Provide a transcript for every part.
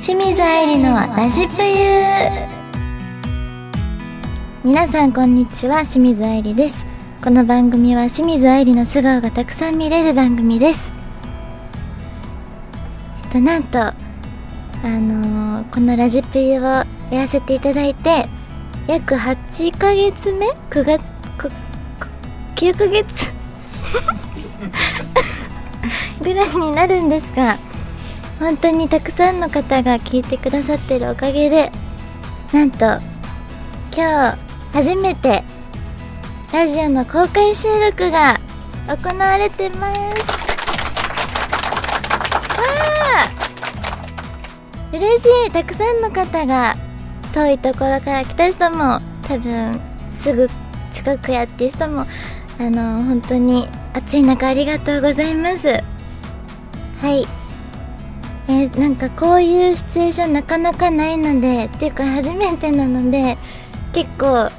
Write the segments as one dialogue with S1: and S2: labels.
S1: 清水愛理のラジプユー皆さんこんにちは清水愛理ですこの番組は清水愛理の素顔がたくさん見れる番組ですえっとなんとあのーこのラジプユをやらせていただいて約8ヶ月目9月くく9ヶ月 ぐらいになるんですが本当にたくさんの方が聞いてくださってるおかげでなんと今日初めてラジオの公開収録が行われてますわあ嬉しいたくさんの方が遠いところから来た人も多分すぐ近くやって人もあの本当に暑い中ありがとうございますはいえーなんかこういうシチュエーションなかなかないのでっていうか初めてなので結構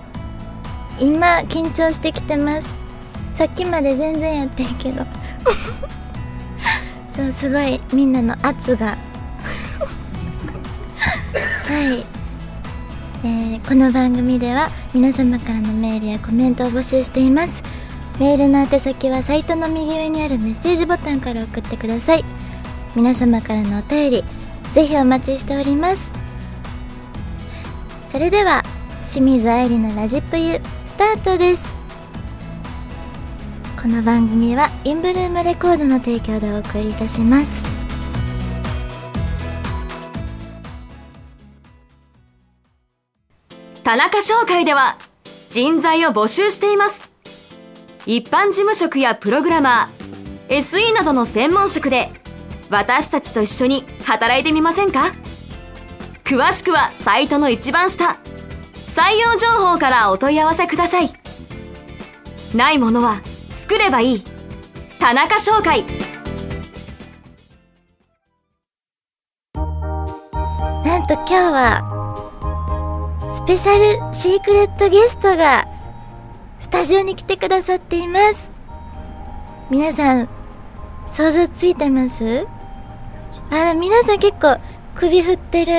S1: 今緊張してきてますさっきまで全然やってんけど そうすごいみんなの圧がはい、えーこの番組では皆様からのメールやコメントを募集していますメールの宛先はサイトの右上にあるメッセージボタンから送ってください皆様からのお便りぜひお待ちしておりますそれでは清水愛理のラジプユスタートですこの番組はインブルームレコードの提供でお送りいたします
S2: 田中商会では人材を募集しています一般事務職やプログラマー SE などの専門職で私たちと一緒に働いてみませんか詳しくはサイトの一番下採用情報からお問い合わせくださいないものは作ればいい田中商会
S1: なんと今日はスペシャルシークレットゲストがスタジオに来てくださっています皆さん想像ついてますあら皆さん結構首振ってる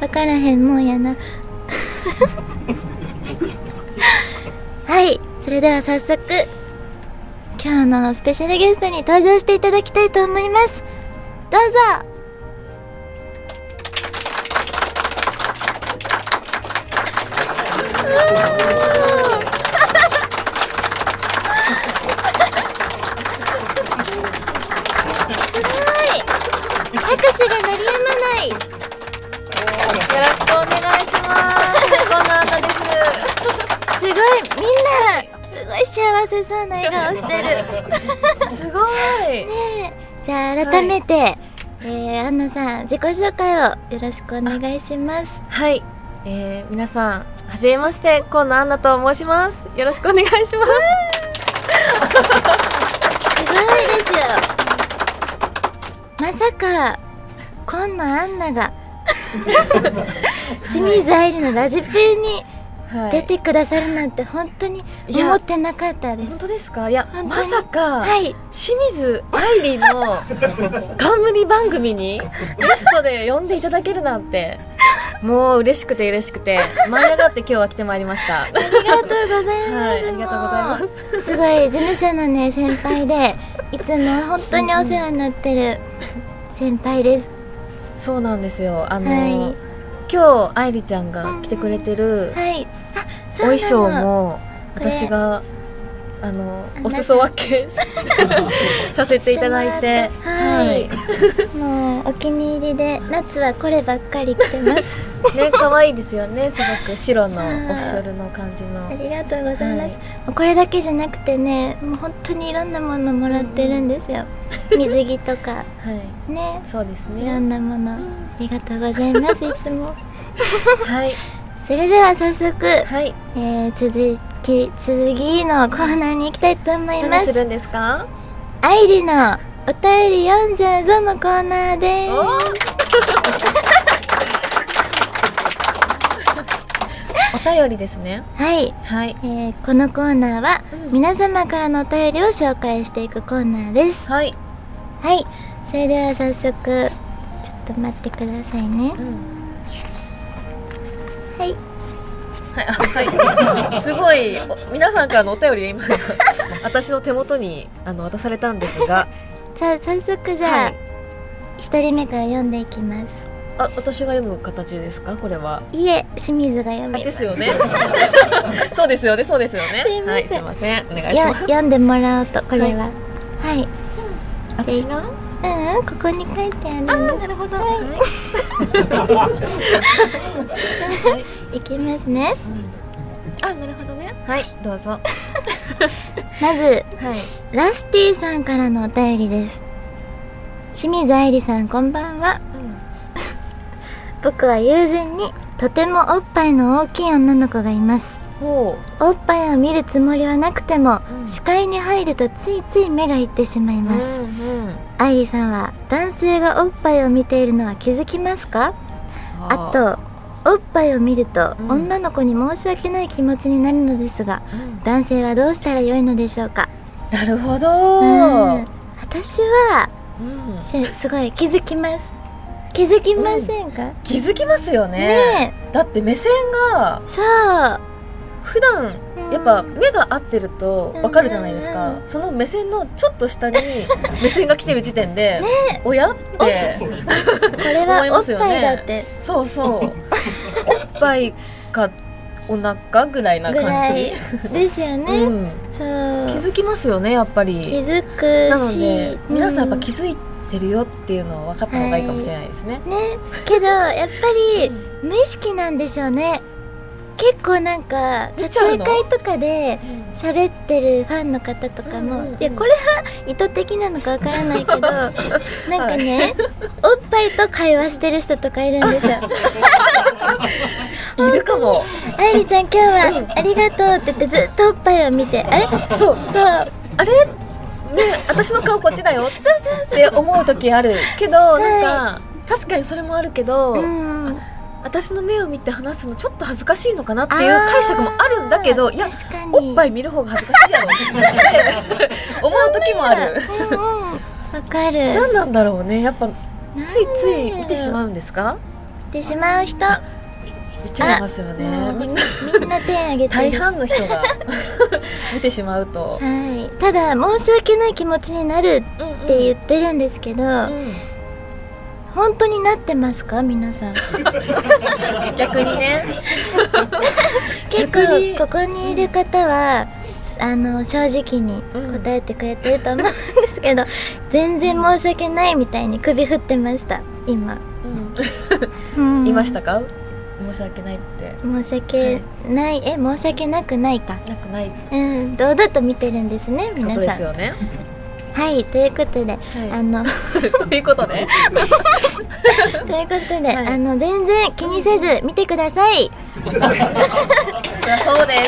S1: わからへんもんやな はいそれでは早速今日のスペシャルゲストに登場していただきたいと思いますどうぞはい、拍手が鳴りやまない。よろしくお願いします。すごい、みんな、すごい幸せそうな笑顔してる。
S3: すごい。
S1: ねえ、じゃあ改めて、えー、アンナさん、自己紹介をよろしくお願いします。
S3: はい、えー、皆さん、はじめまして、今野アンナと申します。よろしくお願いします。
S1: すごいですよ。まさか、今野アンナ が、清水愛理のラジプに
S3: は
S1: 出てくださるなんて本当に思ってなかったです
S3: 本。当ですか。いや
S1: 本当、に
S3: まさか、
S1: はい、
S3: 清水愛理の冠番組にゲストで呼んでいただけるなんて。もう嬉しくて嬉しくて舞い上がって今日 は来てまいりました。
S1: ありがとうございます。
S3: はい、ありがとうございます。
S1: す。すごい事務所のね先輩で、いつも本当にお世話になってる先輩です。
S3: そうなんですよ。あの、
S1: はい
S3: 今日愛理ちゃんが来てくれてる
S1: はい。あ、
S3: お
S1: そうなの
S3: 衣装。も
S1: これ
S3: 私があの
S1: あ
S3: お裾分けさせていただいて
S1: してもらってもうお気に入りで夏はこればっかり着てます。
S3: はいね可愛いですよねすごく白
S1: そう
S3: のオフショルの感じ
S1: あ
S3: の
S1: りがとうございます。も
S3: は
S1: うこれだけじゃなくてね、もう本当にいろんなものもらってるんですよ。水着とか
S3: はい
S1: ね、
S3: そうです
S1: いろ
S3: ね
S1: んなもの。ありがとうござい ます。いつも。
S3: はい
S1: それでは早速、
S3: はい
S1: えー、続き次のコーナーに行きたいと思いま
S3: 何する
S1: す
S3: んですか
S1: アイリのお便り読んじゃうぞのコーナーで
S3: お
S1: す
S3: お便りですね
S1: はい、
S3: はい
S1: えー、このコーナーは
S3: うん
S1: 皆様からのお便りを紹介していくコーナーです
S3: はい
S1: はいそれでは早速ちょっとと待ってくださいね
S3: うん
S1: はい
S3: はいあはい、すごいお皆さんからのお便りで今私の手元にあの渡されたんですが
S1: じゃあ早速 じゃ
S3: は
S1: あ
S3: い
S1: 一、人目から読んでいきます
S3: あ私が読む形ですかこれはい
S1: え清水が読
S3: あ
S1: み
S3: で
S1: ます
S3: すよね そうですよねそうですよね
S1: すいません
S3: はい、すいませんお願いし
S1: よ
S3: ます
S1: 読んでもらおうとこれははい、私
S3: が
S1: うんうんここに書いてあるんです
S3: なるほど、
S1: いきますね
S3: あなるほどねはいどうぞは
S1: まず
S3: い
S1: ラスティさんからのお便りです清水愛理さんこんばんは僕は友人にとてもおっぱいの大きい女の子がいます
S3: ほ
S1: おっぱいを見るつもりはなくても、
S3: うん、
S1: 視界に入るとついつい目がいってしまいうます、
S3: うんうん、
S1: 愛理さんは男性がおっぱいを見ているのは気づきますかあとおっぱいを見ると、
S3: うん
S1: 女の子に申し訳ない気持ちになるのですが
S3: うん
S1: 男性はどうしたらよいのでしょうか
S3: なるほ
S1: うん
S3: ど、
S1: 私は
S3: うん
S1: しすごい気づきます気づきませんか、
S3: 気づきますよね
S1: ね
S3: だって目線が
S1: えそう
S3: 普段
S1: うん
S3: やっぱ目が合ってるとわかるじゃないですか、その目線のちょっと 下に目線が来てる時点で、おやって
S1: これ
S3: 思い
S1: はお
S3: ま
S1: っ
S3: すよね
S1: ぱいだって
S3: そ うそうおっぱいかお腹ぐらいな
S1: ぐら
S3: 感
S1: い
S3: じ、
S1: ですよね、
S3: うん、
S1: そう
S3: 気づきますよねやっぱ
S1: 気
S3: り
S1: づ
S3: な
S1: く
S3: の
S1: し、
S3: で皆さんやっぱ気
S1: づ
S3: づいてるよっていうのは分かった方がいいかもしれないですね、
S1: ねけどやっぱり無意識なんでしょうね結構なんか
S3: 出
S1: 撮
S3: ちゃう
S1: 影
S3: の
S1: 会とかで喋ってるファンの方とかも、
S3: うんうんうん
S1: いやこれは意図的なのかわから ないけどなんかね、おっぱいと会話してる人とかいるんですよ
S3: いるかも
S1: 「愛理ちゃん今日はありがとう」って言ってずっとおっぱいを見てあれ
S3: そう
S1: そう
S3: あれね私の顔こっちだよって思う時あるけどなんか確かにそれもあるけど、
S1: うん
S3: 私の目を見て話すのちょっと恥ずかしいのかなっていう解釈もあるんだけどいや
S1: 確かに
S3: おっぱい見る方が恥ずかしいやろって思う時もある
S1: うんうんわかる
S3: 何 なんだろうねやっぱついつい見てし
S1: う
S3: まうんですか
S1: 見てしまう人
S3: 見ちゃいますよね
S1: もう
S3: み
S1: み
S3: ん
S1: んな
S3: な
S1: みんな手挙げて
S3: 大
S1: る
S3: 半の人が 見てしまう
S1: は
S3: と、
S1: いただ申し訳ない気持ちになるって言ってるんですけど、
S3: う
S1: 本当になってますか皆さん
S3: ん、逆にね
S1: 結
S3: 逆に
S1: 構ここにいる方は、あの正直に答えてくれてると思うんですけど、全然申し訳ないみたいに首振ってました今、うん
S3: いましたか申し訳ないって
S1: 申し訳ない、え申し訳なくないか
S3: なくないって
S1: うん堂々と見てるんですね
S3: こ
S1: 皆
S3: とで
S1: さ
S3: す
S1: ん
S3: よね
S1: はいということで、
S3: い
S1: あ の
S3: ということで
S1: ということで、
S3: はい
S1: あの全然気にせず見てください、
S3: じゃあそうで
S1: そ
S3: す
S1: うですね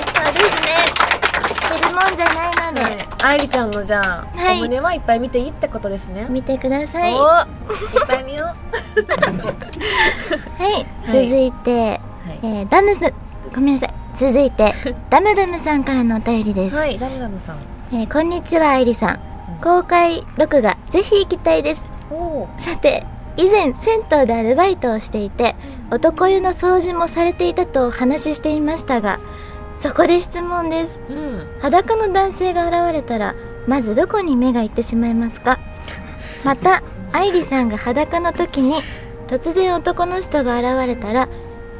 S1: 減るもんじゃないので、
S3: 愛理ちゃんのじゃあ、
S1: はい
S3: お胸はいっぱい見ていいってことですね、
S1: 見てください
S3: お
S1: は
S3: ーいっぱい見よう
S1: い続いて、
S3: は
S1: えーダムスごめんなさい続い てダムダムさんからのお便りです、
S3: い、ダムダムさん
S1: えーこんにちは愛理さん
S3: うん
S1: 公開録画ぜひ行きたいです
S3: おー
S1: さて以前銭湯でアルバイトをしていて男湯の掃除もされていたとお話ししていましたがそこで質問です
S3: うん
S1: 裸の男性が現れたらまずどこに目が行ってしまいますかまた愛理さんが裸の時に突然男の人が現れたら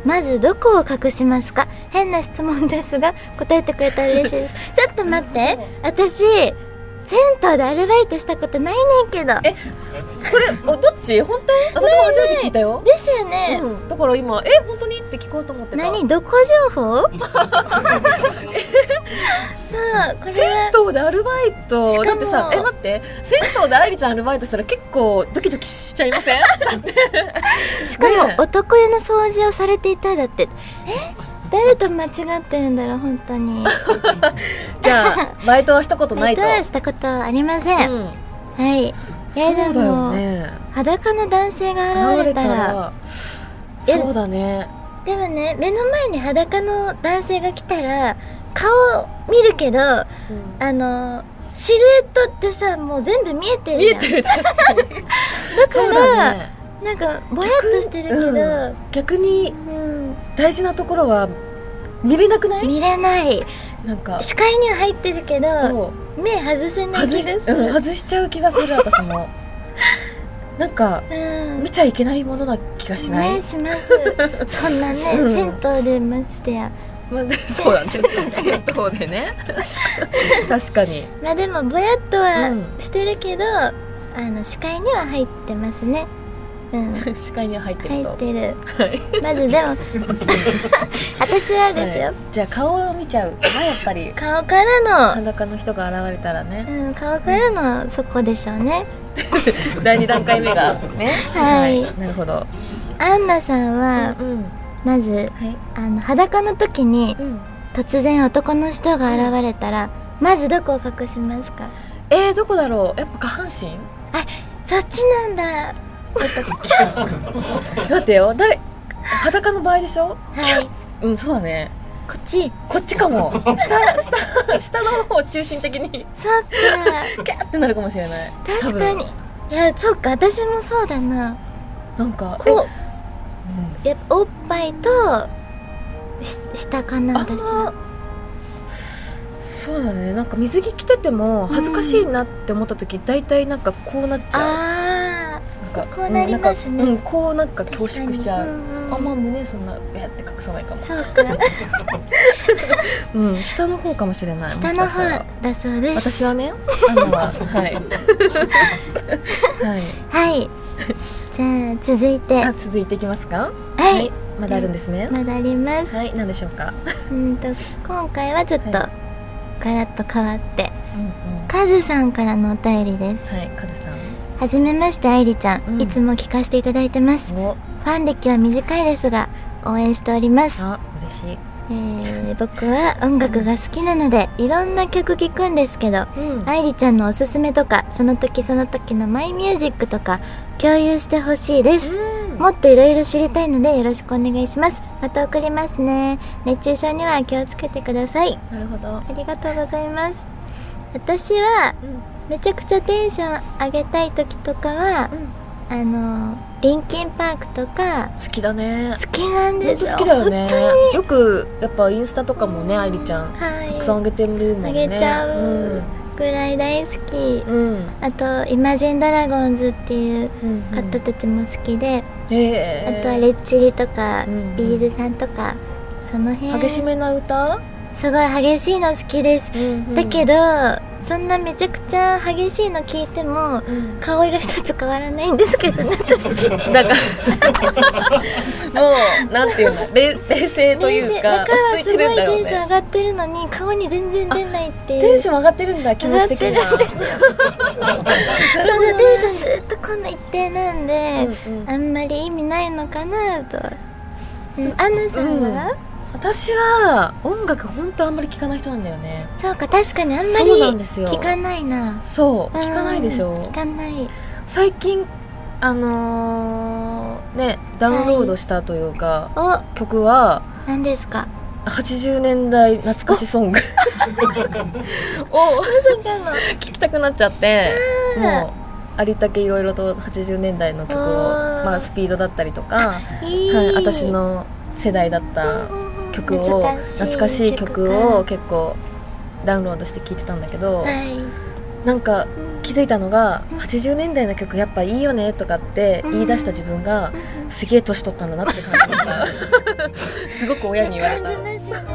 S1: まずどこを隠しますか変な質問ですが答えてくれたら嬉しいですちょっと待って私銭湯でアルバイトしたことないねんけど
S3: えこれおどっち本当私も初めて聞いたよ、
S1: ですよね、
S3: うん、だから今え本当にって聞こうと思ってた
S1: 何どこ情報 そうこれは
S3: 銭湯でアルバイ
S1: し
S3: ト
S1: かも
S3: だってさえ待って銭湯で愛理ちゃんアルバイトしたら結構ドキドキしちゃいません
S1: しか
S3: ね
S1: も男湯の掃除をされていただってえ誰と間違ってるんだろう本当に
S3: じゃあバイトはしたことな
S1: バイ
S3: いと
S1: トはしたことありません、
S3: うん
S1: はいいやで
S3: そうだよ
S1: も、
S3: ね
S1: 裸の男性が現れたら
S3: 現れたらそうだね
S1: でもね目の前に裸の男性が来たら顔を見るけどあのシルエットってさもう全部見えてる
S3: 見
S1: や
S3: え
S1: ん
S3: てる確かに
S1: だか
S3: そう
S1: ら
S3: だね
S1: なんかぼやっとしてるけど、
S3: うん逆に
S1: うん
S3: 大事なところは見れなくない
S1: 見れない
S3: なんか
S1: 視界には入ってるけど
S3: そう
S1: 目外せない
S3: 外
S1: 気
S3: し,、
S1: がする
S3: うん、外しちゃう気がする私も なんか
S1: うん
S3: 見ちゃいけないものな気がしない、
S1: ねし ますそんなね、
S3: うん
S1: 銭湯でましてや
S3: まあ、そうだね銭湯でね 確かに
S1: まあでもぼやっとは
S3: うん
S1: してるけど、あの視界には入ってますね うん
S3: 視界には入って
S1: 入
S3: る
S1: っ
S3: と
S1: てる
S3: はい
S1: まず でも私はですよ、
S3: はいじゃあ顔を見ちゃうかなやっぱり
S1: 顔からの、
S3: 裸の人が現れたらね
S1: うん、顔からのそこでしょうね
S3: 第二段階目がね
S1: はい
S3: なるほど
S1: アンナさんは
S3: うんうんは
S1: まず
S3: い
S1: あの裸の時に
S3: うん
S1: 突然男の人が現れたらまずどこを隠しますか
S3: えー、どこだろうやっぱ下半身
S1: そっちなんだ
S3: 待ってよ誰裸の場合でしょ
S1: はい
S3: うんそうだね
S1: こっち
S3: こっち かも下下下の方を中心的に
S1: そっか
S3: キャーってなるかもしれない
S1: 確かにいやそっか私もそうだな
S3: 多分なんか
S1: こう
S3: え
S1: やっぱおっぱいとし下か
S3: うん
S1: な
S3: あん
S1: 私
S3: ま
S1: は
S3: そうだねなんか水着着てても恥ずかしいなって思った時、大体なんかこうなっちゃう
S1: あ
S3: なんか
S1: こうなりますね
S3: うんなんかうんこうなんか
S1: ー
S3: 恐縮しちゃ
S1: 確か
S3: う
S1: にんん
S3: あんま胸そんなえって隠さないかも
S1: そう か
S3: うん下の方かもしれない
S1: 下の
S3: もしかしたら
S1: 方だそうです
S3: 私はねあのははい はい
S1: はいじゃあ続いて
S3: あ
S1: は
S3: 続いていきますか
S1: い
S3: まだあるんですね、
S1: まだあります
S3: はい何でしょうか、
S1: うんと今回はちょっと
S3: は
S1: ガラッと変わって
S3: うんうん、
S1: カズさんからのお便りです
S3: はいカズさん
S1: はじめまして愛理ちゃん、
S3: うん
S1: いつも聞かせていただいてます
S3: お
S1: ファン歴は短いですが応援しております、
S3: あ嬉しい
S1: えー僕は音楽が好きなのでいろんな曲聴くんですけど
S3: うん
S1: 愛理ちゃんのおすすめとかその時その時のマイミュージックとか共有してほしいです、もっといろいろ知りたいのでよろしくお願いしますまた送りますね熱中症には気をつけてください
S3: なるほど
S1: ありがとうございます私はめちゃくちゃテンション上げたい時とかはあのリンキンパークとか
S3: 好きだね
S1: 好きなん
S3: 本
S1: ですよ
S3: 当好きだよ
S1: 本
S3: ね
S1: 当に
S3: よくやっぱインスタとかもね愛理ちゃん
S1: はい
S3: たくさんあげてるもんね
S1: あげちゃうぐらい大好き
S3: うん、うん
S1: あと「イマジンドラゴンズ」っていう
S3: うん
S1: 方たちも好きで、
S3: えー、
S1: あとはレッチリとか、
S3: うんうん
S1: ビーズさんとかその辺
S3: 激しめな歌、
S1: すごい激しいの好きです、だけ
S3: ど、
S1: どそんなめちゃくちゃ激しいの聞いても
S3: うん
S1: 顔色一つ変わらないんですけどね私
S3: だから もうなんていうのれ冷静というか
S1: だから
S3: 落
S1: すご
S3: ち着い
S1: い
S3: てるんだろ
S1: テ
S3: う
S1: ンション
S3: ね
S1: 上がってるのに顔に全然出ないっていう
S3: テンション上がってるんだ気持ち的に
S1: 上がっ
S3: は
S1: てるんですよそのテンションずっとこの一定なんで、
S3: うんうん
S1: あんまり意味ないのかなと、うんアンナさんは、
S3: 私は音楽本当あんまり聞かない人なんだよね
S1: そうか確かにあんまり
S3: そうなんですよ
S1: 聞かないな
S3: そう
S1: うん
S3: 聞かないでしょ
S1: 聞かない
S3: 最近あのーねダウンロードしたというか、
S1: お
S3: 曲は
S1: 何ですか
S3: 80年代懐かしソ ングを
S1: そうかの
S3: 聴きたくなっちゃって
S1: うん
S3: もうありったけいろいろと80年代の曲を、
S1: おー
S3: まあ、スピードだったりとか、
S1: いい、
S3: はい、私の世代だった曲を懐かしい曲を結構ダウンロードして聴いてたんだけど、
S1: はい
S3: なんか気づいたのが
S1: うん
S3: 80年代の曲やっぱいいよねとかって言い出した 自分がすげえ年取ったんだなって感じました すごく親に言われ
S1: 感
S3: た
S1: じますね